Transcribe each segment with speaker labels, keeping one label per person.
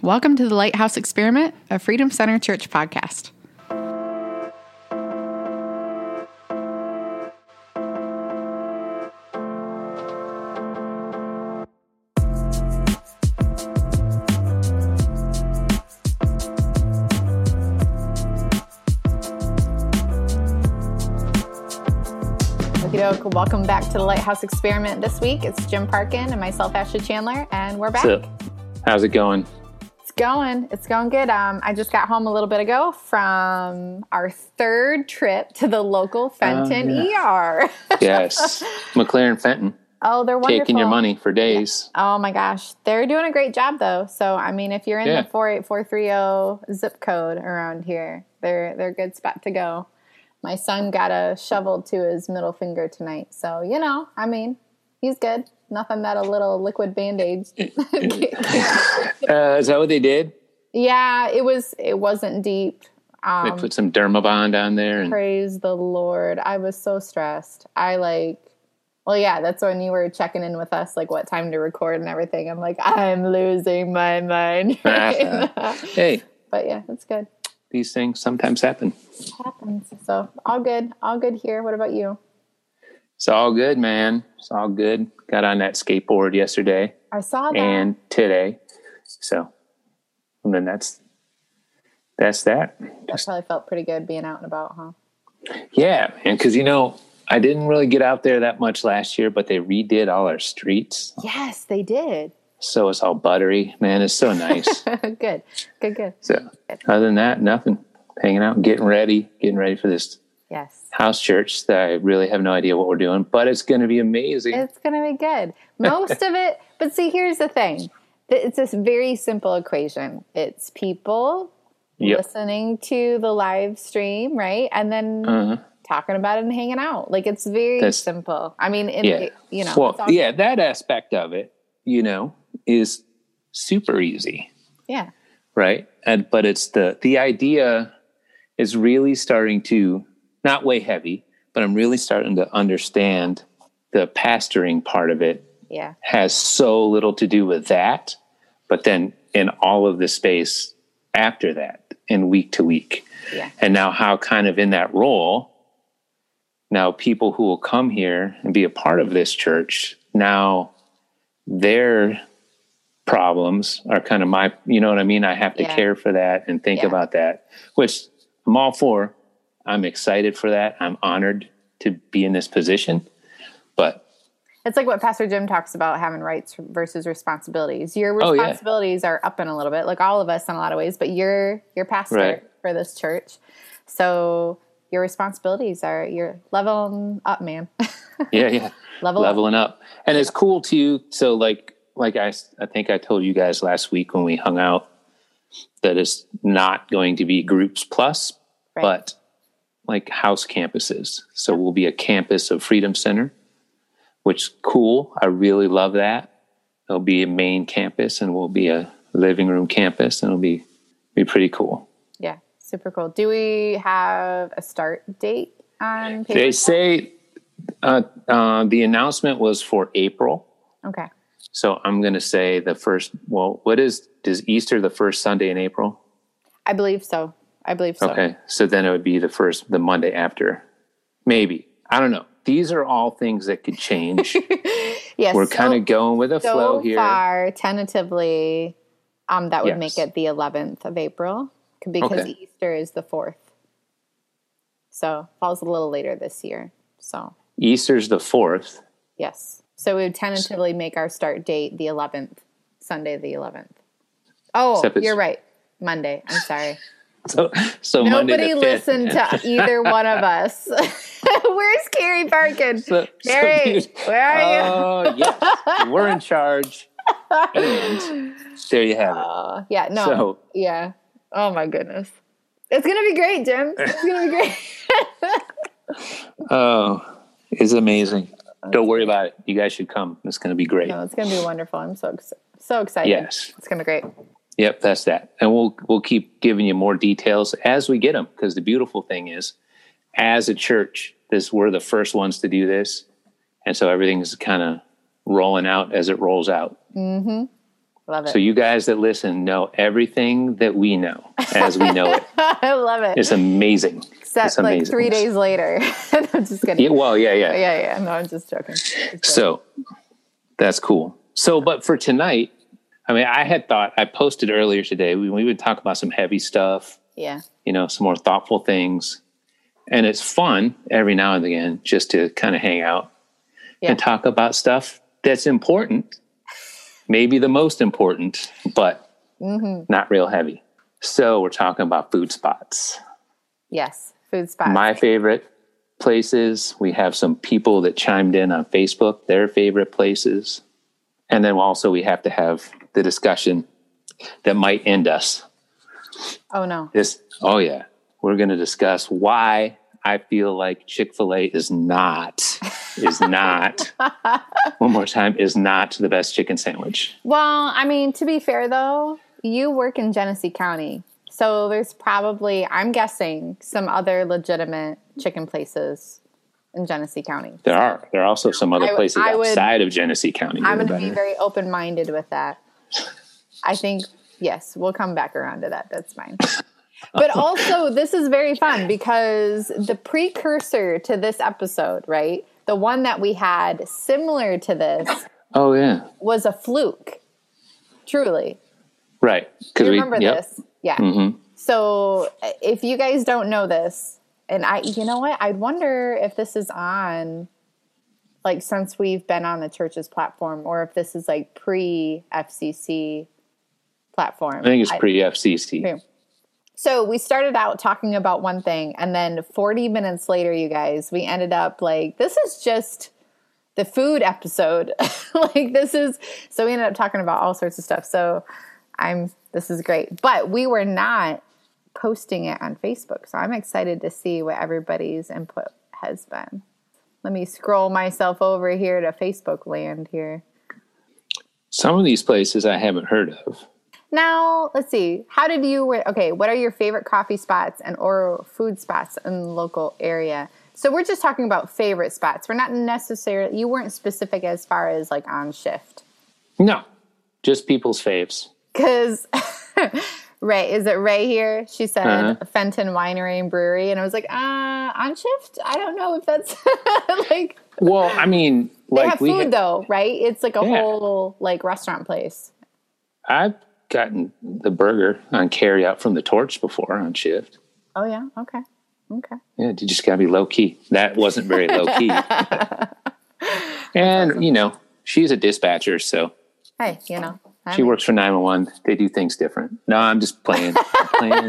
Speaker 1: Welcome to the Lighthouse Experiment, a Freedom Center Church podcast. Welcome back to the Lighthouse Experiment this week. It's Jim Parkin and myself, Ashley Chandler, and we're back.
Speaker 2: So, how's it going?
Speaker 1: It's going. It's going good. Um, I just got home a little bit ago from our third trip to the local Fenton
Speaker 2: Oh,
Speaker 1: ER.
Speaker 2: Yes, McLaren Fenton
Speaker 1: oh, they're wonderful.
Speaker 2: taking your money for days.
Speaker 1: Oh my gosh, they're doing a great job though. So I mean, if you're in
Speaker 2: Yeah.
Speaker 1: the four eight four three zero zip code around here, they're they're a good spot to go. My son got a shovel to his middle finger tonight, so you know, I mean, he's good. Nothing that a little liquid band aid.
Speaker 2: Uh, is that what they did?
Speaker 1: yeah, it was. It wasn't deep.
Speaker 2: They
Speaker 1: Um,
Speaker 2: put some Dermabond on there, and
Speaker 1: praise the Lord. I was so stressed. I like. Well, yeah, that's when you were checking in with us, like what time to record and everything. I'm like, I'm losing my mind.
Speaker 2: uh, hey,
Speaker 1: but yeah, that's good.
Speaker 2: these things sometimes happen.
Speaker 1: Happens. So all good. All good here. What about you?
Speaker 2: It's all good, man. It's all good. Got on that skateboard yesterday
Speaker 1: I saw that.
Speaker 2: and today, so and then that's that's that.
Speaker 1: that probably felt pretty good being out and about, huh?
Speaker 2: Yeah, and because you know. I didn't really get out there that much last year, but they redid all our streets.
Speaker 1: Yes, they did.
Speaker 2: So it's all buttery. Man, it's so nice.
Speaker 1: good. Good, good.
Speaker 2: So other than that, nothing. Hanging out, getting ready, getting ready for this
Speaker 1: Yes.
Speaker 2: house church that I really have no idea what we're doing, but it's going to be amazing.
Speaker 1: It's going to be good. Most of it, but see, here's the thing Th- it's this very simple equation it's people
Speaker 2: yep.
Speaker 1: listening to the live stream, right? And then
Speaker 2: Uh-huh.
Speaker 1: talking about it and hanging out. Like it's very
Speaker 2: That's-
Speaker 1: simple. I mean, it,
Speaker 2: Yeah.
Speaker 1: you know,
Speaker 2: Well,
Speaker 1: it's all-
Speaker 2: yeah, that aspect of it, you know, is super easy,
Speaker 1: yeah.
Speaker 2: right? And but it's the the idea is really starting to not weigh heavy, but I'm really starting to understand the pastoring part of it
Speaker 1: Yeah.
Speaker 2: has so little to do with that, but then in all of the space after that, in week to week.
Speaker 1: Yeah.
Speaker 2: And now, how kind of in that role, now people who will come here and be a part of this church, now their problems are kind of my, you know what I mean? I have to
Speaker 1: Yeah.
Speaker 2: care for that and think
Speaker 1: Yeah.
Speaker 2: about that, which I'm all for. I'm excited for that. I'm honored to be in this position. But
Speaker 1: It's like what Pastor Jim talks about having rights versus responsibilities. Your
Speaker 2: Oh, yeah.
Speaker 1: responsibilities are up in a little bit, like all of us in a lot of ways, but you're you're pastor
Speaker 2: Right.
Speaker 1: for this church. So your responsibilities are you're leveling up, man.
Speaker 2: yeah, yeah.
Speaker 1: Level, up.
Speaker 2: leveling up. And it's cool too. So like like I s- I think I told you guys last week when we hung out that it's not going to be groups plus,
Speaker 1: Right.
Speaker 2: but like house campuses. So we'll be a campus of Freedom Center, which is cool. I really love that. There'll be a main campus and we'll be a living room campus and it'll be be pretty cool.
Speaker 1: Yeah. Super cool. Do we have a start date on
Speaker 2: They
Speaker 1: paper?
Speaker 2: say uh, uh, the announcement was for April.
Speaker 1: Okay.
Speaker 2: So I'm going to say the first. Well, what is does Easter the first Sunday in April?
Speaker 1: I believe so. I believe so.
Speaker 2: Okay, so then it would be the first the Monday after, maybe. I don't know. These are all things that could change.
Speaker 1: Yes.
Speaker 2: We're kind of going with a
Speaker 1: so
Speaker 2: flow here.
Speaker 1: far tentatively um, that would make
Speaker 2: Yes.
Speaker 1: it the 11th of april c- because
Speaker 2: Okay.
Speaker 1: easter is the 4th so falls a little later this year so
Speaker 2: Easter's the fourth.
Speaker 1: yes so we would tentatively make our start date the 11th sunday the 11th oh
Speaker 2: Except it's-
Speaker 1: you're right monday i'm sorry
Speaker 2: So so Monday
Speaker 1: nobody
Speaker 2: the fifth.
Speaker 1: listened to either one of us where's carrie parkin
Speaker 2: So- so
Speaker 1: mary
Speaker 2: these-
Speaker 1: where are you
Speaker 2: Oh yes, we're in charge. And there you have it.
Speaker 1: Uh, yeah, no.
Speaker 2: So-
Speaker 1: yeah. Oh my goodness. It's gonna be great, Jim. It's gonna be great.
Speaker 2: Oh, it's amazing. Don't worry about it. You guys should come. It's going to be great.
Speaker 1: no, it's gonna be wonderful. I'm so ex- so excited.
Speaker 2: Yes.
Speaker 1: it's gonna be great.
Speaker 2: Yep, that's that. And we'll we'll keep giving you more details as we get them because the beautiful thing is as a church, this we're the first ones to do this. And so everything's kind of rolling out as it rolls out.
Speaker 1: Love it.
Speaker 2: So you guys that listen know everything that we know as we know it.
Speaker 1: I love it.
Speaker 2: It's amazing.
Speaker 1: Except
Speaker 2: it's
Speaker 1: like
Speaker 2: amazing.
Speaker 1: three days later. I'm just kidding.
Speaker 2: Yeah, well, yeah, yeah.
Speaker 1: But yeah, yeah. No, I'm just joking. Just joking.
Speaker 2: So that's cool. So, but for tonight, I mean, I had thought I posted earlier today. We, we would talk about some heavy stuff,
Speaker 1: yeah,
Speaker 2: you know, some more thoughtful things, and it's fun every now and again just to kind of hang out
Speaker 1: yeah,
Speaker 2: and talk about stuff that's important, maybe the most important, but not real heavy. So we're talking about food spots.
Speaker 1: yes. Food spots.
Speaker 2: My favorite places. We have some people that chimed in on Facebook, their favorite places. And then also we have to have the discussion that might end us.
Speaker 1: oh no.
Speaker 2: This oh yeah. We're gonna discuss why I feel like Chick-fil-A is not is not one more time is not the best chicken sandwich.
Speaker 1: Well, I mean, to be fair though, you work in Genesee County. So there's probably, I'm guessing, some other legitimate chicken places in Genesee County.
Speaker 2: There are. There are also some other
Speaker 1: I-
Speaker 2: places
Speaker 1: I would-
Speaker 2: outside of Genesee County. that
Speaker 1: I'm
Speaker 2: are
Speaker 1: going to be
Speaker 2: better.
Speaker 1: very open minded with that. I think, yes, we'll come back around to that. That's fine. But also, this is very fun because the precursor to this episode, right? The one that we had similar to this
Speaker 2: oh yeah.
Speaker 1: was a fluke. Truly.
Speaker 2: Right. Because
Speaker 1: You remember
Speaker 2: yep. Mm-hmm.
Speaker 1: this? Yeah. So uh, if you guys don't know this, and I, you know what? I wonder if this is on, like, since we've been on the church's platform, or if this is like pre FCC platform.
Speaker 2: I think it's pre FCC.
Speaker 1: Yeah. so we started out talking about one thing, and then 40 minutes later, you guys, we ended up like, this is just the food episode. like, this is so we ended up talking about all sorts of stuff. So I'm, this is great. But we were not posting it on Facebook. So I'm excited to see what everybody's input has been. Let me scroll myself over here to Facebook land here.
Speaker 2: Some of these places I haven't heard of.
Speaker 1: Now, let's see. How did you okay, what are your favorite coffee spots and or food spots in the local area? So we're just talking about favorite spots. We're not necessarily you weren't specific as far as like on shift.
Speaker 2: No, just people's faves.
Speaker 1: Cuz Ray, is it Ray here? She said
Speaker 2: Uh-huh.
Speaker 1: Fenton Winery and Brewery and I was like, "Uh, on shift? I don't know if that's like
Speaker 2: Well, I mean,
Speaker 1: they
Speaker 2: like
Speaker 1: have
Speaker 2: we,
Speaker 1: food
Speaker 2: ha-
Speaker 1: though, right? It's like a
Speaker 2: Yeah.
Speaker 1: whole like restaurant place.
Speaker 2: I've gotten the burger on carry out from the torch before on shift.
Speaker 1: Oh yeah, okay. Okay.
Speaker 2: Yeah, you just gotta be low key. That wasn't very low key. and you know, she's a dispatcher, so
Speaker 1: Hey, you know. I
Speaker 2: she works for nine one one. They do things different. No, I'm just playing. I'm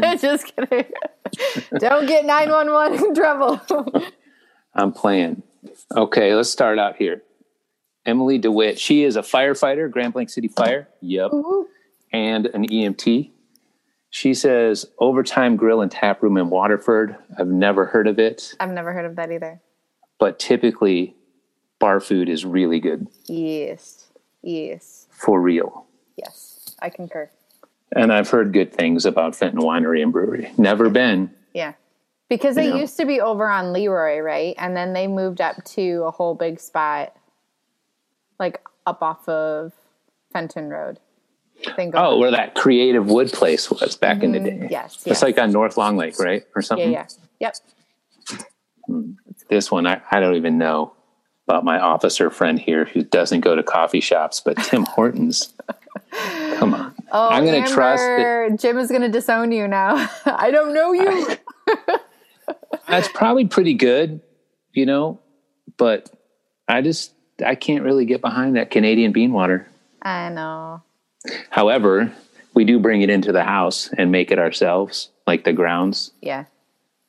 Speaker 2: playing.
Speaker 1: just kidding. Don't get 911 in trouble.
Speaker 2: I'm playing. Okay, let's start out here. Emily DeWitt. She is a firefighter, Grand Blanc City Fire. Yep. and an EMT. She says Overtime Grill and Tap Room in Waterford. I've never heard of it,
Speaker 1: I've never heard of that either.
Speaker 2: but typically bar food is really good
Speaker 1: Yes. Yes.
Speaker 2: for real.
Speaker 1: Yes. I concur.
Speaker 2: And I've heard good things about Fenton Winery and Brewery. Never been.
Speaker 1: Yeah. Because they
Speaker 2: Yeah.
Speaker 1: used to be over on Leroy, right? And then they moved up to a whole big spot, like up off of Fenton Road. Think
Speaker 2: Oh, where that creative wood place was back in the day.
Speaker 1: yes,
Speaker 2: It's
Speaker 1: yes.
Speaker 2: like on North Long Lake, right? Or
Speaker 1: Mm-hmm. yeah,
Speaker 2: something.
Speaker 1: yeah. Yep.
Speaker 2: This one, I, I don't even know about my officer friend here who doesn't go to coffee shops, but Tim Hortons. Come on.
Speaker 1: Oh,
Speaker 2: I'm going to trust that
Speaker 1: Amber, Jim is going to disown you now. I don't know you.
Speaker 2: that's probably pretty good, you know, but I just I can't really get behind that Canadian bean water.
Speaker 1: I know.
Speaker 2: However, we do bring it into the house and make it ourselves, like the grounds.
Speaker 1: Yeah.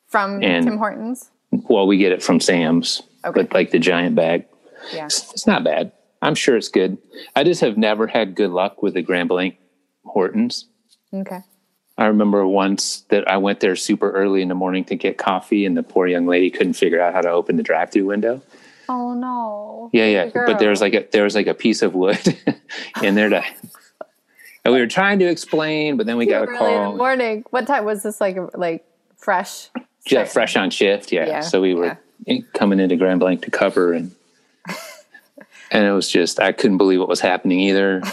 Speaker 1: From
Speaker 2: And-
Speaker 1: Tim Hortons.
Speaker 2: Well, we get it from Sam's,
Speaker 1: Okay.
Speaker 2: but like the giant bag.
Speaker 1: Yeah.
Speaker 2: It's, it's not bad. I'm sure it's good. I just have never had good luck with the Grand Blanc Hortons.
Speaker 1: Okay.
Speaker 2: I remember once that I went there super early in the morning to get coffee, and the poor young lady couldn't figure out how to open the drive-through window.
Speaker 1: Oh no.
Speaker 2: Yeah, yeah. But there was
Speaker 1: girl.
Speaker 2: like a there was like a piece of wood in there to and we were trying to explain, but then we got a
Speaker 1: Early in the
Speaker 2: call
Speaker 1: morning. What time was this? Like like fresh.
Speaker 2: just fresh on shift. Yeah.
Speaker 1: Yeah,
Speaker 2: so we were in- coming into Grand Blanc to cover and and it was just I couldn't believe what was happening either.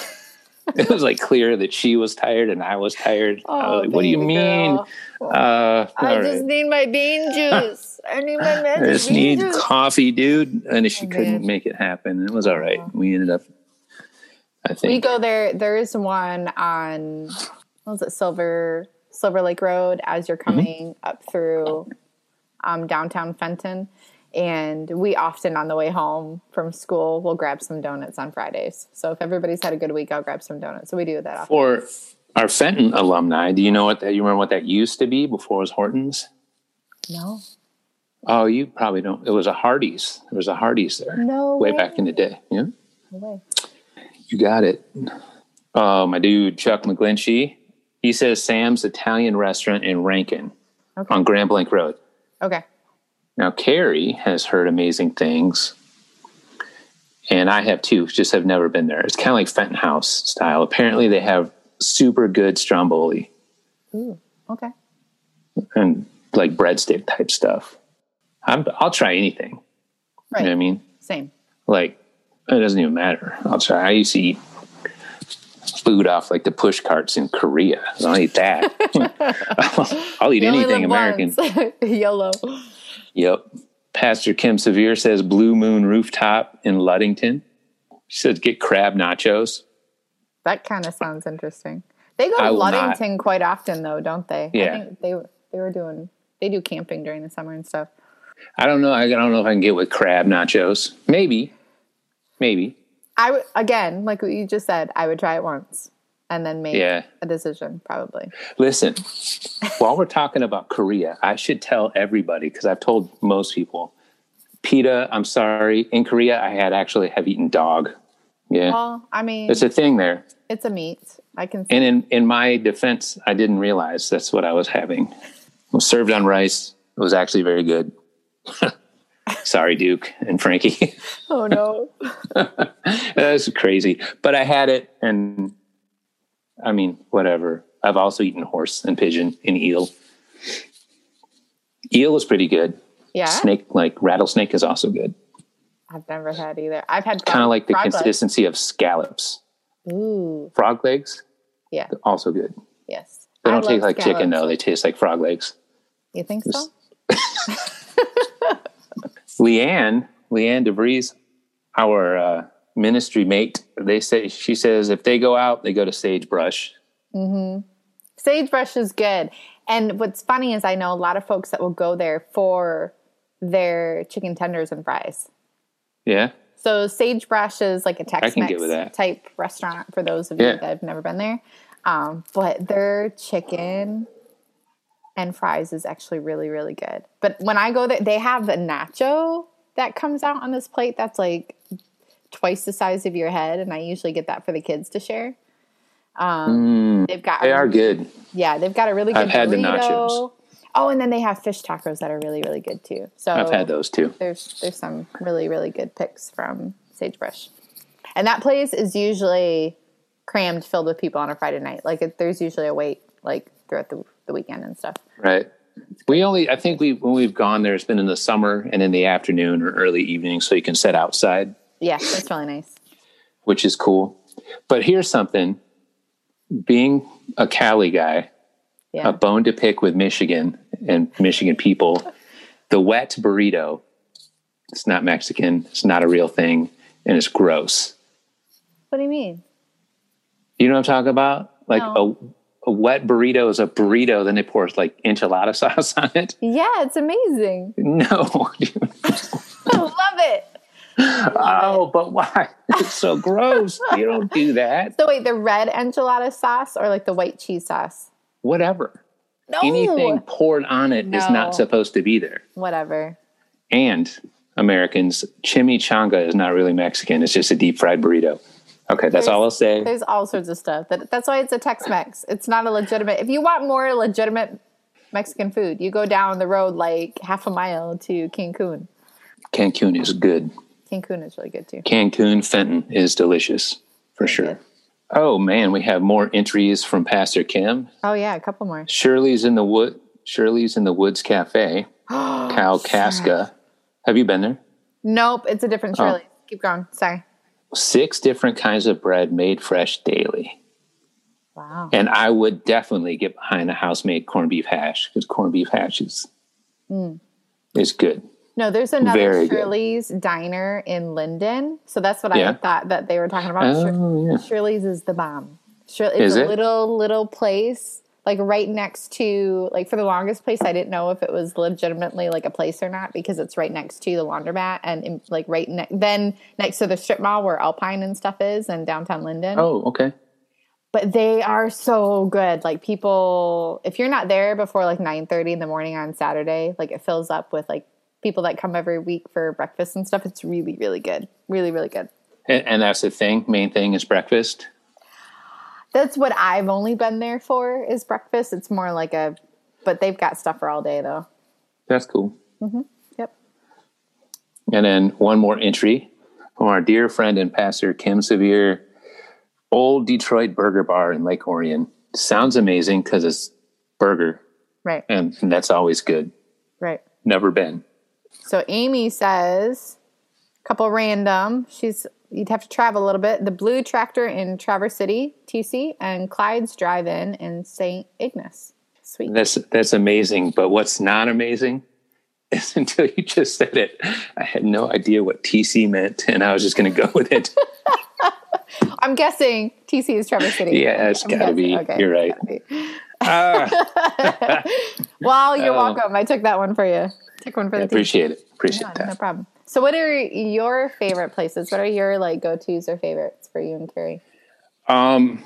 Speaker 2: it was like clear that she was tired and I was tired. I was like, what do you
Speaker 1: Oh, baby
Speaker 2: mean?
Speaker 1: girl.
Speaker 2: Uh, all
Speaker 3: I
Speaker 2: right.
Speaker 3: just need my bean juice. I need my
Speaker 2: I
Speaker 3: magic
Speaker 2: just
Speaker 3: bean
Speaker 2: need
Speaker 3: juice.
Speaker 2: coffee, dude. And she
Speaker 1: Oh,
Speaker 2: couldn't
Speaker 1: man. Oh.
Speaker 2: make it happen. It was all right. We ended up, I
Speaker 1: We
Speaker 2: think,
Speaker 1: go there. There is one on what was it Silver Silver Lake Road as you're
Speaker 2: Mm-hmm.
Speaker 1: coming up through um, downtown Fenton, and we often on the way home from school will grab some donuts on Fridays. So if everybody's had a good week, I'll grab some donuts. So we do that often.
Speaker 2: for our Fenton alumni, do you know what that, you remember what that used to be before it was Hortons?
Speaker 1: No,
Speaker 2: Oh, you probably don't. It was a Hardee's. There was a Hardee's there
Speaker 1: No
Speaker 2: way
Speaker 1: way.
Speaker 2: back in the day. Yeah.
Speaker 1: no way.
Speaker 2: You got it. Uh, my dude, Chuck McGlinchey, he says Sam's Italian restaurant in Rankin
Speaker 1: Okay.
Speaker 2: on Grand Blanc Road.
Speaker 1: Okay.
Speaker 2: Now, Carrie has heard amazing things, and I have too, just have never been there. It's kind of like Fenton House style. Apparently, they have super good stromboli
Speaker 1: Ooh. Okay.
Speaker 2: and like breadstick type stuff. I'm, I'll try anything. You
Speaker 1: Right.
Speaker 2: know what I mean?
Speaker 1: Same.
Speaker 2: like it doesn't even matter. I'll try. I used to eat food off like the push carts in Korea. So I'll eat that. I'll, I'll eat
Speaker 1: You only
Speaker 2: anything
Speaker 1: live
Speaker 2: American.
Speaker 1: once. YOLO.
Speaker 2: Yep. Pastor Kim Severe says Blue Moon Rooftop in Ludington. She says get crab nachos.
Speaker 1: That kind of sounds interesting. They go to
Speaker 2: I will not.
Speaker 1: Ludington quite often, though, don't they?
Speaker 2: Yeah.
Speaker 1: I think they they were doing they do camping during the summer and stuff.
Speaker 2: I don't know. I don't know if I can get with crab nachos. Maybe. Maybe.
Speaker 1: I would again, like what you just said, I would try it once and then make
Speaker 2: Yeah.
Speaker 1: a decision, probably.
Speaker 2: Listen, while we're talking about Korea, I should tell everybody because I've told most people. PETA, I'm sorry. In Korea, I had actually have eaten dog. Yeah,
Speaker 1: Well, I mean,
Speaker 2: it's a thing there.
Speaker 1: it's a meat. I can. See.
Speaker 2: And in in my defense, I didn't realize that's what I was having. It was served on rice. It was actually very good. sorry, Duke and Frankie.
Speaker 1: Oh no!
Speaker 2: that's Eh, crazy. But I had it, and I mean, whatever. I've also eaten horse and pigeon and eel. Eel is pretty good.
Speaker 1: Yeah,
Speaker 2: Snake, like rattlesnake, is also good.
Speaker 1: I've never had either. I've had
Speaker 2: Kind of
Speaker 1: frog-
Speaker 2: like the
Speaker 1: Oh, frog legs.
Speaker 2: consistency of scallops.
Speaker 1: Ooh,
Speaker 2: Frog legs,
Speaker 1: yeah,
Speaker 2: also good.
Speaker 1: yes.
Speaker 2: They
Speaker 1: I
Speaker 2: don't taste
Speaker 1: love
Speaker 2: like chicken
Speaker 1: scallops.
Speaker 2: though. They taste like frog legs.
Speaker 1: You think so?
Speaker 2: Leanne, Leanne DeVries, our uh, ministry mate, they say she says if they go out, they go to Sagebrush.
Speaker 1: Sagebrush is good. And what's funny is I know a lot of folks that will go there for their chicken tenders and fries.
Speaker 2: Yeah,
Speaker 1: So Sagebrush is like a
Speaker 2: get with that.
Speaker 1: Tex-Mex type restaurant for those of
Speaker 2: Yeah.
Speaker 1: you that have never been there. Um, but their chicken and fries is actually really, really good. But when I go there, they have a nacho that comes out on this plate that's like twice the size of your head, and I usually get that for the kids to share. Um, They've got
Speaker 2: Mm. they are good.
Speaker 1: yeah, they've got a really good.
Speaker 2: I've had the
Speaker 1: burrito.
Speaker 2: nachos.
Speaker 1: Oh, and then they have fish tacos that are really, really good too. So
Speaker 2: I've had those too.
Speaker 1: there's there's some really really good picks from Sagebrush, and that place is usually crammed filled with people on a Friday night. Like it, there's usually a wait like throughout the, the weekend and stuff.
Speaker 2: Right. We only, I think we when we've gone there, it's been in the summer and in the afternoon or early evening, so you can sit outside,
Speaker 1: Yeah, that's really nice.
Speaker 2: which is cool. But here's something: being a Cali guy,
Speaker 1: Yeah,
Speaker 2: a bone to pick with Michigan and Michigan people. The wet burrito, it's not Mexican, it's not a real thing, and it's gross.
Speaker 1: what do you mean?
Speaker 2: You know what I'm talking about? Like
Speaker 1: No.
Speaker 2: a, a wet burrito is a burrito, then they pour like enchilada sauce on it.
Speaker 1: Yeah, it's amazing.
Speaker 2: No.
Speaker 1: I love it.
Speaker 2: oh, but why? It's so gross. you don't do that.
Speaker 1: So wait, the red enchilada sauce or like the white cheese sauce?
Speaker 2: Whatever.
Speaker 1: No,
Speaker 2: Anything poured on it is
Speaker 1: No.
Speaker 2: not supposed to be there.
Speaker 1: whatever.
Speaker 2: and Americans, chimichanga is not really Mexican. It's just a deep fried burrito. Okay, that's all I'll say.
Speaker 1: There's all sorts of stuff. That that's why it's a Tex-Mex. It's not a legitimate. If you want more legitimate Mexican food, you go down the road like half a mile to Cancun.
Speaker 2: Cancun is good.
Speaker 1: Cancun is really good too.
Speaker 2: Cancun Fenton is delicious for sure. Oh man, we have more entries from Pastor Kim.
Speaker 1: Oh yeah, a couple more.
Speaker 2: Shirley's in the wood. Shirley's in the Woods Cafe, Cal Casca. Have you been there?
Speaker 1: Nope, it's a different Shirley. Keep going. Sorry.
Speaker 2: six different kinds of bread made fresh daily.
Speaker 1: Wow.
Speaker 2: And I would definitely get behind a house made corned beef hash because corned beef hash is, is good.
Speaker 1: No, there's another
Speaker 2: Very good.
Speaker 1: Shirley's diner in Linden. So that's what I
Speaker 2: Yeah.
Speaker 1: thought that they were talking about. Shir-
Speaker 2: Oh, yeah.
Speaker 1: Shirley's is the bomb. Shir- it's
Speaker 2: Is
Speaker 1: a
Speaker 2: it?
Speaker 1: little little place, like right next to like for the longest place I didn't know if it was legitimately like a place or not because it's right next to the laundromat and in, like right ne- then next to the strip mall where Alpine and stuff is and downtown Linden.
Speaker 2: Oh, okay.
Speaker 1: But they are so good. Like people if you're not there before like 9:30 in the morning on Saturday, like it fills up with like people that come every week for breakfast and stuff. It's really really good. Really really good.
Speaker 2: And, and that's the thing. Main thing is breakfast.
Speaker 1: That's what I've only been there for is breakfast. It's more like a, but they've got stuff for all day though.
Speaker 2: That's cool.
Speaker 1: Yep.
Speaker 2: And then one more entry from our dear friend and pastor, Kim Severe, Old Detroit Burger Bar in Lake Orion. Sounds amazing because it's burger,
Speaker 1: Right.
Speaker 2: and, and that's always good.
Speaker 1: Right.
Speaker 2: Never been.
Speaker 1: So Amy says, couple random. She's you'd have to travel a little bit. The Blue Tractor in Traverse City, TC, and Clyde's Drive-In in St. Ignace. Sweet.
Speaker 2: That's that's amazing. But what's not amazing is until you just said it. I had no idea what TC meant, and I was just going to go with it.
Speaker 1: I'm guessing TC is Traverse City.
Speaker 2: yeah, it's
Speaker 1: I'm
Speaker 2: got to
Speaker 1: guessing.
Speaker 2: be.
Speaker 1: Okay,
Speaker 2: You're right.
Speaker 1: gotta be.
Speaker 2: Ah,
Speaker 1: Well, you're
Speaker 2: Oh.
Speaker 1: welcome. I took that one for you. Took one for
Speaker 2: I
Speaker 1: the team.
Speaker 2: appreciate it. Appreciate
Speaker 1: Yeah,
Speaker 2: that.
Speaker 1: no problem. So, what are your favorite places? What are your like go tos or favorites for you and Carrie?
Speaker 2: Um,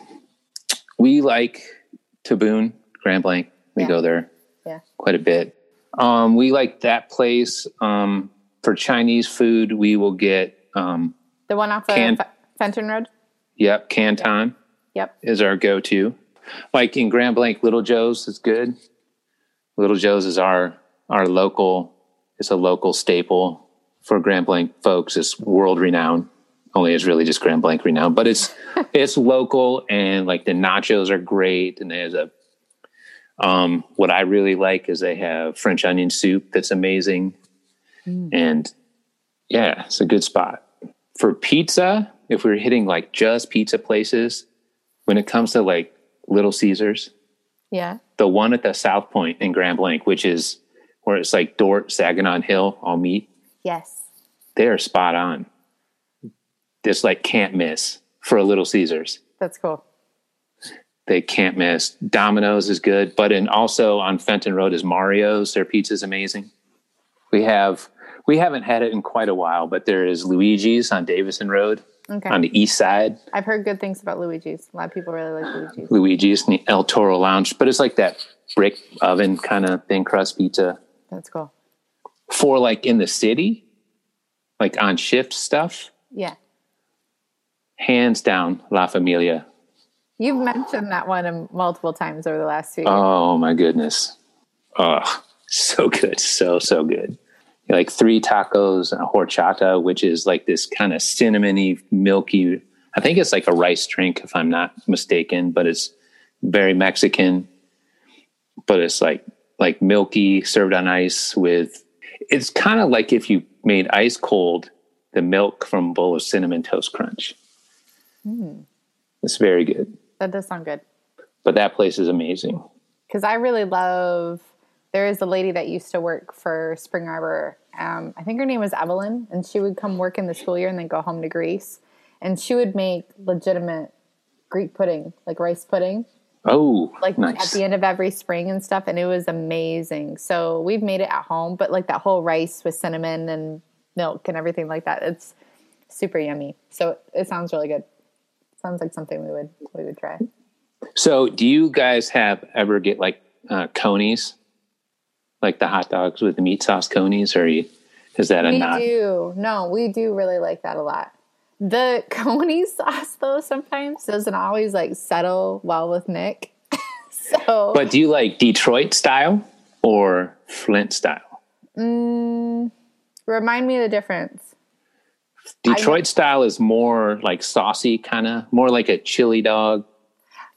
Speaker 2: we like Taboon, Grand Blanc. We
Speaker 1: Yeah.
Speaker 2: go there
Speaker 1: Yeah.
Speaker 2: quite a bit. Um, we like that place. Um, for Chinese food, we will get, um,
Speaker 1: The one off of
Speaker 2: Can-
Speaker 1: F- Fenton Road.
Speaker 2: yep, Canton
Speaker 1: Yep.
Speaker 2: is our go to. Like in Grand Blanc, Little Joe's is good. Little Joe's is our, our local, it's a local staple for Grand Blanc folks. It's world renowned. Only it's really just Grand Blanc renowned, but it's it's local and like the nachos are great. And there's a um, what I really like is they have French onion soup that's amazing. And yeah, it's a good spot. For pizza, if we're hitting like just pizza places, when it comes to like Little Caesars,
Speaker 1: Yeah.
Speaker 2: the one at the South Point in Grand Blanc, which is where it's like Dort, Saginaw Hill, all meet,
Speaker 1: Yes.
Speaker 2: they are spot on. It's like can't miss for a Little Caesars.
Speaker 1: That's cool.
Speaker 2: They can't miss. Domino's is good, but in also on Fenton Road is Mario's. Their pizza's amazing. We have we haven't had it in quite a while, but there is Luigi's on Davison Road
Speaker 1: Okay.
Speaker 2: on the east side.
Speaker 1: I've heard good things about Luigi's. A lot of people really like Luigi's.
Speaker 2: Luigi's and the El Toro Lounge, but it's like that brick oven kind of thin crust pizza.
Speaker 1: That's cool.
Speaker 2: for like in the city, like on shift stuff,
Speaker 1: Yeah.
Speaker 2: hands down La Familia.
Speaker 1: You've mentioned that one um, multiple times over the last few. years.
Speaker 2: Oh my goodness. Oh, so good. So, so good. Like three tacos and a horchata, which is like this kind of cinnamony, milky. I think it's like a rice drink, if I'm not mistaken, but it's very Mexican. But it's like like milky, served on ice with. It's kind of like if you made ice cold the milk from a bowl of cinnamon toast crunch.
Speaker 1: Hmm.
Speaker 2: It's very good,
Speaker 1: That does sound good.
Speaker 2: but that place is amazing.
Speaker 1: because I really love. There is a lady that used to work for Spring Arbor. Um, I think her name was Evelyn, and she would come work in the school year and then go home to Greece. And she would make legitimate Greek pudding, like rice pudding,
Speaker 2: Oh,
Speaker 1: like
Speaker 2: nice.
Speaker 1: at the end of every spring and stuff. And it was amazing. So we've made it at home, but like that whole rice with cinnamon and milk and everything like that. It's super yummy. So it sounds really good. Sounds like something we would we would try.
Speaker 2: So, do you guys have ever get like uh, conies, like the hot dogs with the meat sauce conies, or you, is that a
Speaker 1: We
Speaker 2: not?
Speaker 1: do. No, we do really like that a lot. The Coney sauce though sometimes doesn't always like settle well with Nick. so
Speaker 2: But do you like Detroit style or Flint style?
Speaker 1: mm, remind me the difference.
Speaker 2: Detroit style is more like saucy, kind of more like a chili dog,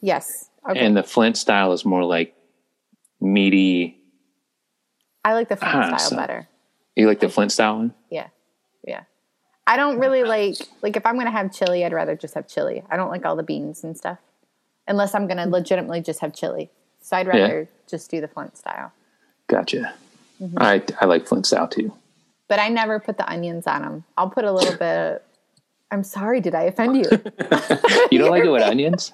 Speaker 1: Yes. Okay.
Speaker 2: and the Flint style is more like meaty.
Speaker 1: I like the French
Speaker 2: Ah,
Speaker 1: style
Speaker 2: so-
Speaker 1: better.
Speaker 2: You like the Flint style one?
Speaker 1: Yeah. Yeah. I don't really like like if I'm gonna have chili, I'd rather just have chili. I don't like all the beans and stuff, unless I'm
Speaker 2: Mm.
Speaker 1: gonna legitimately just have chili. So I'd rather just do the Flint style.
Speaker 2: Gotcha.
Speaker 1: Mm-hmm.
Speaker 2: I I like Flint style too.
Speaker 1: But I never put the onions on them. I'll put a little bit. Of, I'm sorry, did I offend you?
Speaker 2: You don't like it with onions?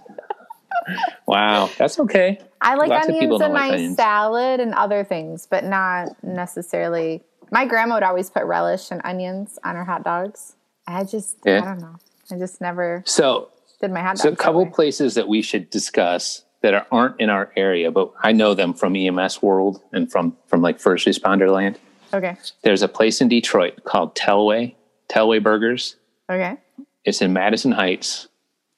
Speaker 2: Wow, that's okay.
Speaker 1: I like
Speaker 2: Lots of people
Speaker 1: onions
Speaker 2: don't
Speaker 1: in
Speaker 2: like
Speaker 1: my
Speaker 2: onions.
Speaker 1: salad and other things, but not necessarily. My grandma would always put relish and onions on her hot dogs. I just,
Speaker 2: Yeah.
Speaker 1: I don't know. I just never
Speaker 2: So
Speaker 1: did my hot dogs.
Speaker 2: So a
Speaker 1: that
Speaker 2: couple
Speaker 1: way.
Speaker 2: places that we should discuss that are, aren't in our area, but I know them from EMS world and from from like first responder land.
Speaker 1: Okay.
Speaker 2: There's a place in Detroit called Telway, Telway Burgers.
Speaker 1: Okay.
Speaker 2: It's in Madison Heights,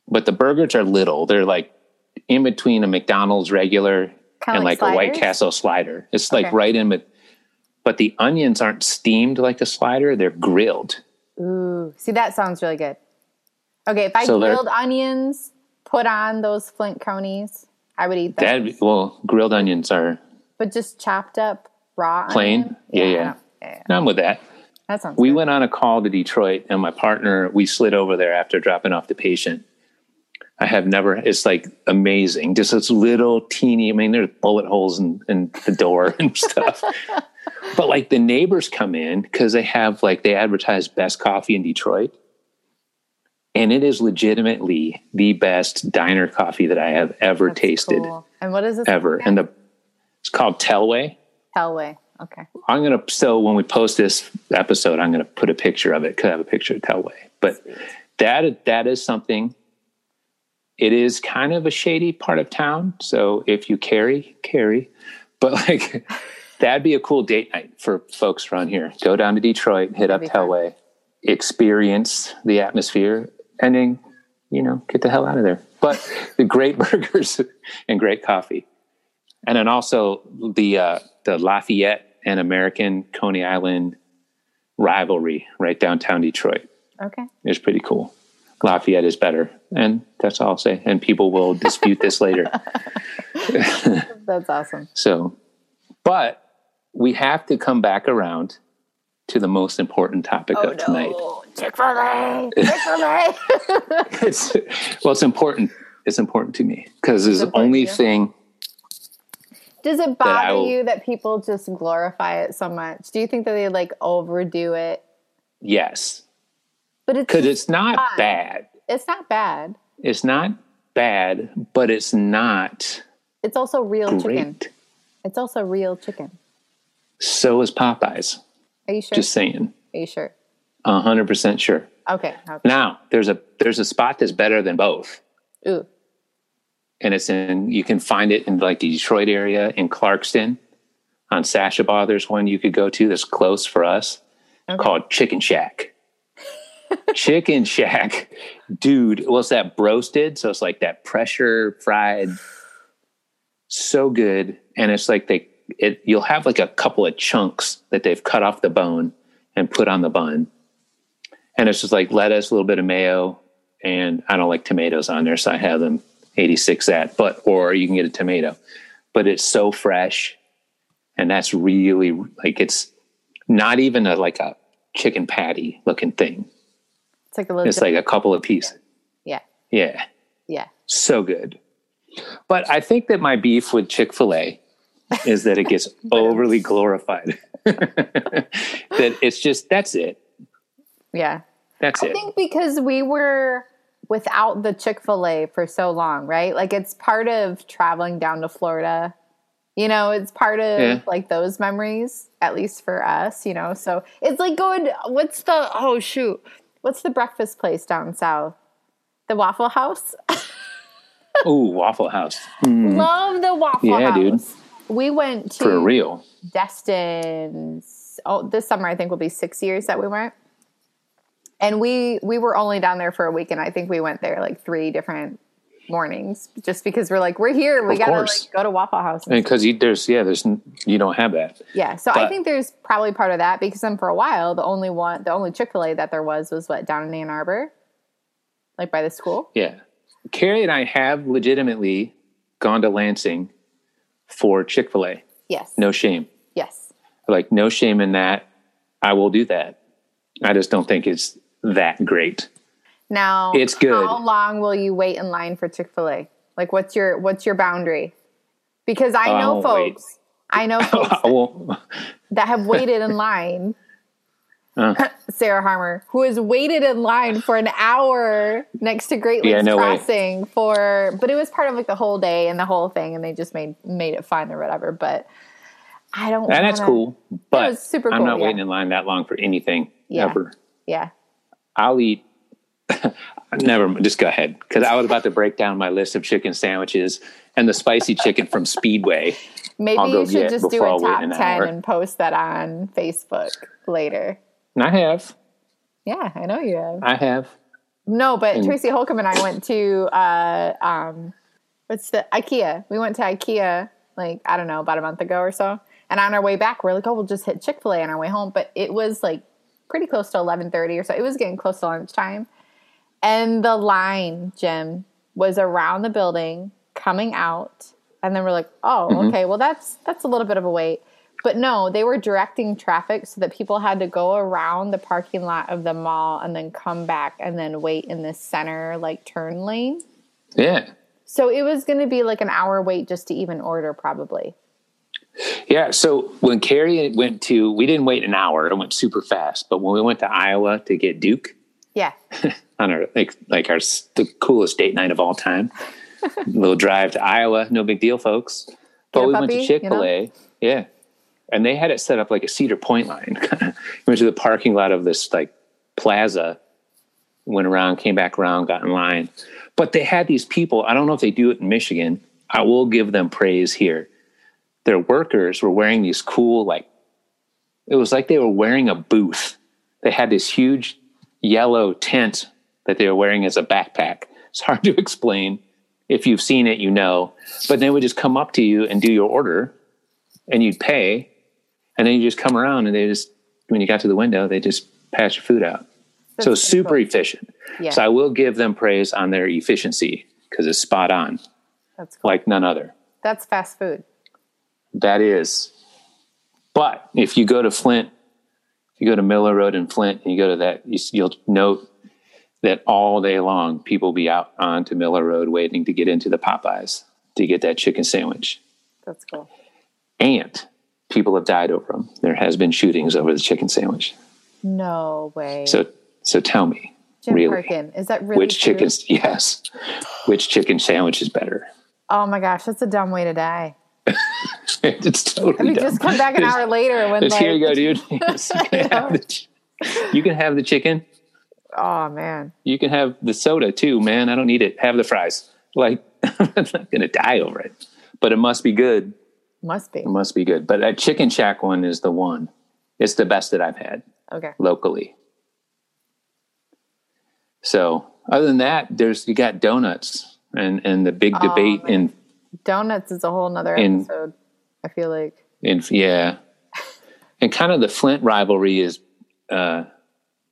Speaker 2: but the burgers are little. They're like in between a McDonald's regular
Speaker 1: Kinda
Speaker 2: and
Speaker 1: like
Speaker 2: like, a White
Speaker 1: sliders?
Speaker 2: Castle slider. It's like
Speaker 1: Okay.
Speaker 2: right in but but the onions aren't steamed like a slider, they're grilled.
Speaker 1: Ooh, see that sounds really good. Okay, if I
Speaker 2: So they're-
Speaker 1: grilled onions, put on those Flint conies, I would eat that.
Speaker 2: That well, grilled onions are
Speaker 1: but just chopped up raw
Speaker 2: Plain?
Speaker 1: onion?
Speaker 2: Yeah,
Speaker 1: I
Speaker 2: yeah.
Speaker 1: don't- yeah.
Speaker 2: none with that.
Speaker 1: That sounds.
Speaker 2: we
Speaker 1: good.
Speaker 2: went on a call to Detroit, and my partner, we slid over there after dropping off the patient. I have never, it's like amazing. Just this little teeny, I mean, there's bullet holes in, in the door and stuff. but like the neighbors come in because they have like, they advertise best coffee in Detroit. And it is legitimately the best diner coffee that I have ever
Speaker 1: That's
Speaker 2: tasted,
Speaker 1: cool. And what is this?
Speaker 2: ever. And the, it's called Telway.
Speaker 1: Hellway. Okay.
Speaker 2: I'm gonna so when we post this episode, I'm gonna put a picture of it because I have a picture of Telway. But that that is something. It is kind of a shady part of town, so if you carry, carry. But like that'd be a cool date night for folks around here. Go down to Detroit, hit up
Speaker 1: That'd be fun.
Speaker 2: Telway, experience the atmosphere, and then you know get the hell out of there. But the great burgers and great coffee and then also the uh, the Lafayette and American Coney Island rivalry right downtown Detroit
Speaker 1: Okay.
Speaker 2: is pretty cool. Lafayette is better, and that's all I'll say. And people will dispute this later.
Speaker 1: That's awesome.
Speaker 2: So, but we have to come back around to the most important topic
Speaker 1: Oh,
Speaker 2: of tonight.
Speaker 3: Chick fil A.
Speaker 2: It's well, it's important. It's important to me because it's the
Speaker 1: important
Speaker 2: only
Speaker 1: to you.
Speaker 2: thing
Speaker 1: Does it
Speaker 2: I
Speaker 1: bother
Speaker 2: will-
Speaker 1: you that people just glorify it so much? Do you think that they like overdo it?
Speaker 2: yes
Speaker 1: But it's
Speaker 2: because it's not
Speaker 1: Fine.
Speaker 2: bad.
Speaker 1: it's not bad.
Speaker 2: It's not bad, but it's not
Speaker 1: It's also real chicken.
Speaker 2: great.
Speaker 1: It's also real chicken.
Speaker 2: So is Popeyes.
Speaker 1: Are you sure?
Speaker 2: Just saying,
Speaker 1: Are you sure?
Speaker 2: a hundred percent sure.
Speaker 1: Okay. okay.
Speaker 2: Now there's a there's a spot that's better than both,
Speaker 1: Ooh.
Speaker 2: and it's in you can find it in like the Detroit area in Clarkston. On Sashabaw, there's one you could go to that's close for us called Chicken Shack. Chicken Shack, dude. What's that? Broasted, so it's like that pressure fried, so good. And it's like they, it you'll have like a couple of chunks that they've cut off the bone and put on the bun, and it's just like lettuce, a little bit of mayo, and I don't like tomatoes on there, so I have them eighty six at, but or you can get a tomato, but it's so fresh, and that's really like it's not even a like a chicken patty looking thing.
Speaker 1: It's like a little.
Speaker 2: It's like a couple of pieces.
Speaker 1: yeah.
Speaker 2: Yeah.
Speaker 1: Yeah.
Speaker 2: So good. But I think that my beef with Chick fil A is that it gets overly glorified. that it's just, that's it.
Speaker 1: Yeah.
Speaker 2: That's
Speaker 1: I
Speaker 2: it.
Speaker 1: think because we were without the Chick fil A for so long, right? Like it's part of traveling down to Florida. You know, it's part of
Speaker 2: Yeah.
Speaker 1: like those memories, at least for us, you know. So it's like going to, what's the oh shoot. What's the breakfast place down south? The Waffle House?
Speaker 2: Ooh, Waffle House.
Speaker 1: Love the Waffle
Speaker 2: Mm. Yeah,
Speaker 1: House.
Speaker 2: dude.
Speaker 1: We went to
Speaker 2: For real.
Speaker 1: Destin's. Oh, this summer I think will be six years that we weren't. And we we were only down there for a week, and I think we went there like three different mornings, just because we're like we're here, we
Speaker 2: Of
Speaker 1: gotta
Speaker 2: course.
Speaker 1: like go to Waffle House. and
Speaker 2: And because there's, yeah, there's, n- you don't have that.
Speaker 1: yeah, so I
Speaker 2: But-
Speaker 1: think there's probably part of that because then for a while the only one, the only Chick Fil A that there was was what down in Ann Arbor, like by the school.
Speaker 2: Yeah. Carrie and I have legitimately gone to Lansing for Chick fil A.
Speaker 1: Yes.
Speaker 2: No shame.
Speaker 1: Yes.
Speaker 2: like no shame in that i will do that i just don't think it's that great.
Speaker 1: Now,
Speaker 2: It's good.
Speaker 1: How long will you wait in line for Chick Fil A? Like, what's your what's your boundary? Because I
Speaker 2: Oh, I
Speaker 1: know
Speaker 2: won't wait.
Speaker 1: folks, I know folks
Speaker 2: I won't.
Speaker 1: that have waited in line.
Speaker 2: Uh.
Speaker 1: Sarah Harmer, who has waited in line for an hour next to Great Lakes
Speaker 2: Yeah, no way.
Speaker 1: Crossing for, but it was part of like the whole day and the whole thing, and they just made made it fun or whatever. But I don't.
Speaker 2: And that's
Speaker 1: wanna-
Speaker 2: cool. But
Speaker 1: was super
Speaker 2: I'm
Speaker 1: cool,
Speaker 2: not
Speaker 1: yeah.
Speaker 2: waiting in line that long for anything
Speaker 1: Yeah.
Speaker 2: ever.
Speaker 1: Yeah.
Speaker 2: I'll eat. Never mind. Just go ahead. Because I was about to break down my list of chicken sandwiches and the spicy chicken from Speedway.
Speaker 1: Maybe
Speaker 2: I'll go
Speaker 1: you should
Speaker 2: get
Speaker 1: just do
Speaker 2: before
Speaker 1: a
Speaker 2: I'll wait
Speaker 1: top
Speaker 2: an
Speaker 1: ten
Speaker 2: hour.
Speaker 1: and post that on Facebook later.
Speaker 2: And I have.
Speaker 1: Yeah, I know you have.
Speaker 2: I have.
Speaker 1: No, but
Speaker 2: And-
Speaker 1: Tracy Holcomb and I went to uh um what's the IKEA. We went to IKEA like I don't know, about a month ago or so. And on our way back, we're like, oh, we'll just hit Chick-fil-A on our way home. But it was like pretty close to eleven thirty or so. It was getting close to lunchtime. And the line, Jim, was around the building, coming out, and then we're like, oh,
Speaker 2: Mm-hmm.
Speaker 1: okay, well that's that's a little bit of a wait. But no, they were directing traffic so that people had to go around the parking lot of the mall and then come back and then wait in the center like turn lane.
Speaker 2: Yeah.
Speaker 1: So it was going to be like an hour wait just to even order probably.
Speaker 2: Yeah. So when Carrie went to, we didn't wait an hour. It went super fast. But when we went to Iowa to get Duke
Speaker 1: Yeah.
Speaker 2: on our, like, like our, s- the coolest date night of all time, little drive to Iowa, no big deal, folks.
Speaker 1: Get a
Speaker 2: But we went to
Speaker 1: puppy, you know?
Speaker 2: Chick fil A. Yeah. And they had it set up like a Cedar Point line. we went to the parking lot of this like plaza, went around, came back around, got in line. But they had these people. I don't know if they do it in Michigan. I will give them praise here. Their workers were wearing these cool, like, it was like they were wearing a booth. They had this huge yellow tent that they were wearing as a backpack. It's hard to explain. If you've seen it, you know. But they would just come up to you and do your order, and you'd pay, and then you just come around and they just, when you got to the window, they just pass your food out so
Speaker 1: That's pretty
Speaker 2: super
Speaker 1: cool.
Speaker 2: efficient.
Speaker 1: Yeah.
Speaker 2: So I will give them praise on their efficiency because it's spot on,
Speaker 1: That's cool.
Speaker 2: like none other.
Speaker 1: That's fast food.
Speaker 2: That is. But if you go to Flint, if you go to Miller Road in Flint, and you go to that, you, s- you'll note that all day long people be out onto Miller Road waiting to get into the Popeyes to get that chicken sandwich,
Speaker 1: That's cool.
Speaker 2: and people have died over them. There has been shootings over the chicken sandwich.
Speaker 1: No way.
Speaker 2: So, so tell me,
Speaker 1: Jim
Speaker 2: really,
Speaker 1: Perkin, is that really
Speaker 2: which
Speaker 1: true?
Speaker 2: chickens? Yes, which chicken sandwich is better?
Speaker 1: Oh my gosh, that's a dumb way to die.
Speaker 2: it's totally
Speaker 1: I mean,
Speaker 2: dumb.
Speaker 1: just come back an
Speaker 2: It's-
Speaker 1: hour later when
Speaker 2: it's,
Speaker 1: like
Speaker 2: here you go, dude. Yes, you, can have the ch- you can have the chicken.
Speaker 1: oh man.
Speaker 2: You can have the soda too, man. I don't need it. Have the fries. Like I'm not gonna die over it. But it must be good.
Speaker 1: Must be.
Speaker 2: It must be good. But that chicken shack one is the one. It's the best that I've had
Speaker 1: Okay.
Speaker 2: locally. So other than that, there's you got donuts and and the big debate in
Speaker 1: Donuts is a whole nother
Speaker 2: In-
Speaker 1: episode. I feel like
Speaker 2: and yeah and kind of the flint rivalry is uh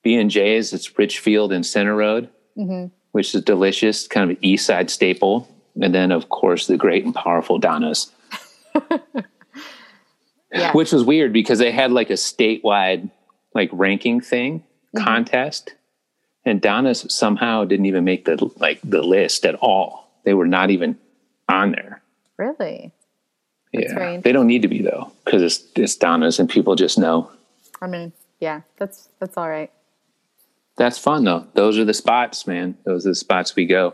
Speaker 2: b&j's it's richfield and center road
Speaker 1: Mm-hmm.
Speaker 2: which is delicious kind of east side staple and then of course the great and powerful donna's
Speaker 1: Yeah.
Speaker 2: which was weird because they had like a statewide like ranking thing
Speaker 1: Mm-hmm.
Speaker 2: contest and donna's somehow didn't even make the like the list at all they were not even on there
Speaker 1: really. very
Speaker 2: yeah
Speaker 1: interesting.
Speaker 2: they don't need to be though because it's, it's donna's and people just know
Speaker 1: I mean, yeah, that's that's all right.
Speaker 2: That's fun though. Those are the spots, man. Those are the spots we go.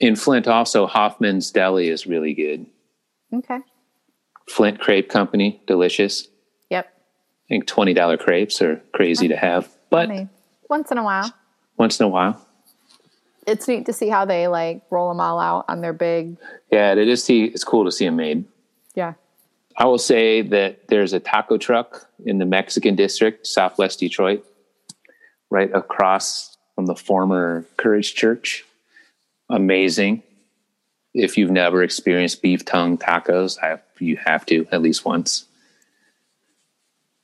Speaker 2: In Flint, also Hoffman's Deli is really good.
Speaker 1: Okay.
Speaker 2: Flint Crepe Company, delicious.
Speaker 1: Yep.
Speaker 2: I think twenty dollar crepes are crazy to have,
Speaker 1: I
Speaker 2: but
Speaker 1: mean, once in a while,
Speaker 2: once in a while,
Speaker 1: it's neat to see how they like roll them all out on their big.
Speaker 2: yeah, it is. See, it's cool to see them made.
Speaker 1: Yeah.
Speaker 2: I will say that there's a taco truck in the Mexican district, Southwest Detroit, right across from the former Courage Church. Amazing. If you've never experienced beef tongue tacos, I, you have to at least once.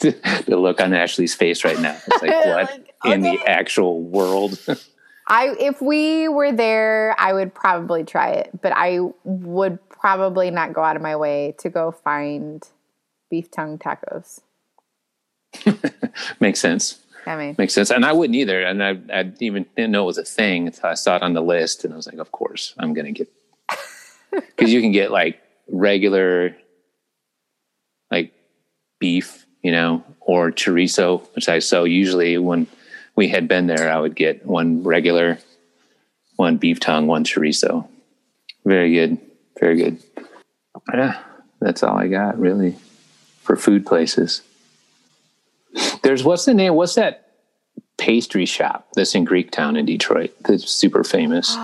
Speaker 2: the look on Ashley's face right now. It's like, what
Speaker 3: Like,
Speaker 2: in the
Speaker 3: okay.
Speaker 2: actual world?
Speaker 1: I if we were there, I would probably try it, but I would probably not go out of my way to go find beef tongue tacos.
Speaker 2: Makes sense.
Speaker 1: I mean,
Speaker 2: Makes sense. And I wouldn't either. And I, I didn't even didn't know it was a thing until I saw it on the list. And I was like, of course, I'm going to get. Because you can get like regular, like beef, you know, or chorizo, which I so usually when we had been there, I would get one regular, one beef tongue, one chorizo. Very good. Very good. Yeah, that's all I got really for food places. There's what's the name? What's that pastry shop that's in Greektown in Detroit that's super famous.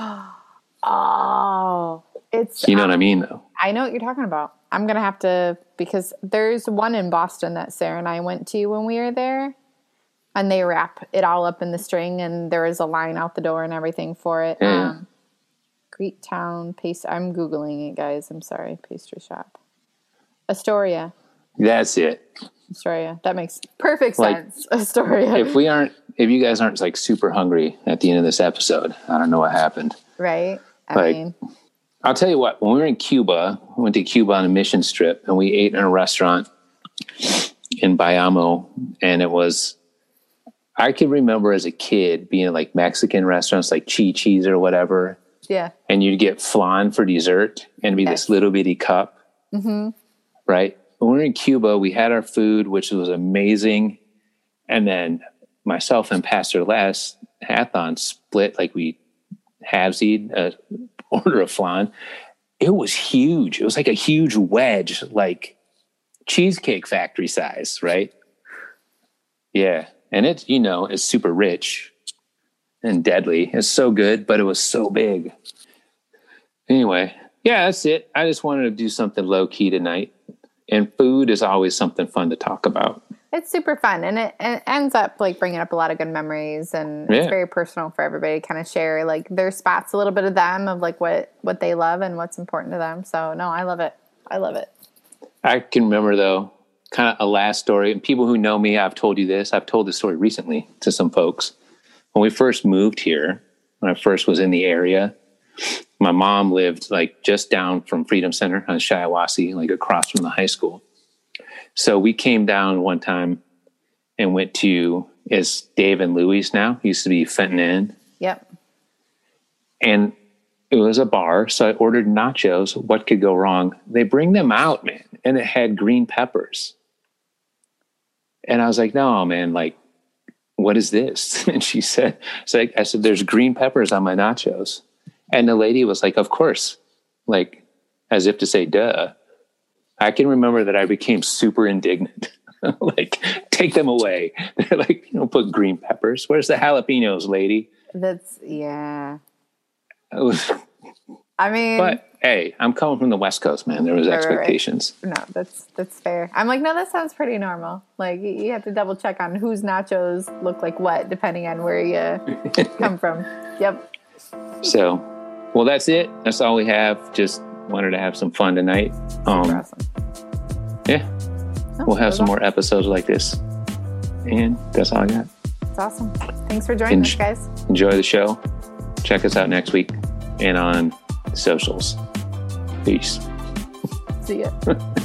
Speaker 1: oh, it's
Speaker 2: You know what I mean, though?
Speaker 1: I know what you're talking about. I'm gonna have to because there's one in Boston that Sarah and I went to when we were there, and they wrap it all up in the string, and there is a line out the door and everything for it.
Speaker 2: Yeah.
Speaker 1: Um, Greek Town paste. I'm googling it, guys. I'm sorry. Pastry shop, Astoria,
Speaker 2: That's it.
Speaker 1: Astoria. That makes perfect
Speaker 2: Like,
Speaker 1: sense. Astoria,
Speaker 2: If we aren't, if you guys aren't like super hungry at the end of this episode, I don't know what happened.
Speaker 1: right? I
Speaker 2: like-
Speaker 1: mean,
Speaker 2: I'll tell you what, when we were in Cuba, we went to Cuba on a mission trip and we ate in a restaurant in Bayamo. And it was, I can remember as a kid being at, like Mexican restaurants like Chi Chi's or whatever.
Speaker 1: yeah,
Speaker 2: and you'd get flan for dessert and it'd be
Speaker 1: Yes.
Speaker 2: this little bitty cup, right? When we were in Cuba, we had our food, which was amazing. And then myself and Pastor Les Hathon split, like we halvesied a order of flan. It was huge. It was like a huge wedge, like cheesecake factory size, right? Yeah. And it, you know, it's super rich and deadly. It's so good, but it was so big anyway, yeah, that's it. I just wanted to do something low key tonight. And food is always something fun to talk about.
Speaker 1: it's super fun, and it, it ends up like bringing up a lot of good memories, and it's
Speaker 2: Yeah.
Speaker 1: very personal for everybody to kind of share like their spots, a little bit of them, of like what what they love and what's important to them. So no, I love it. I love it.
Speaker 2: I can remember though, kind of a last story. And people who know me, I've told you this. I've told this story recently to some folks. When we first moved here, when I first was in the area, my mom lived like just down from Freedom Center on Shiawassee, like across from the high school. So we came down one time and went to is Dave and Louis now used to be Fenton Inn.
Speaker 1: Yep.
Speaker 2: and it was a bar. So I ordered nachos. What could go wrong? They bring them out, man, and it had green peppers. And I was like, no, man, like, what is this? And she said, so I, I said, there's green peppers on my nachos. And the lady was like, of course, like, as if to say, duh. I can remember that I became super indignant. like, take them away. They're like, you don't put green peppers. Where's the jalapenos, lady?
Speaker 1: That's yeah.
Speaker 2: I was
Speaker 1: I mean,
Speaker 2: But hey, I'm coming from the West Coast, man. There was
Speaker 1: right, right.
Speaker 2: expectations.
Speaker 1: no, that's that's fair. I'm like, no, that sounds pretty normal. Like y- you have to double check on whose nachos look like what, depending on where you come from. Yep.
Speaker 2: So, well, that's it. That's all we have. Just wanted to have some fun tonight.
Speaker 1: Super
Speaker 2: Um,
Speaker 1: awesome. Oh,
Speaker 2: yeah,
Speaker 1: No,
Speaker 2: we'll have
Speaker 1: that's
Speaker 2: some more episodes like this. And that's all I got.
Speaker 1: awesome. That's awesome. Thanks for joining us,
Speaker 2: Enj-
Speaker 1: guys.
Speaker 2: Enjoy the show. Check us out next week and on socials. Peace.
Speaker 1: See ya.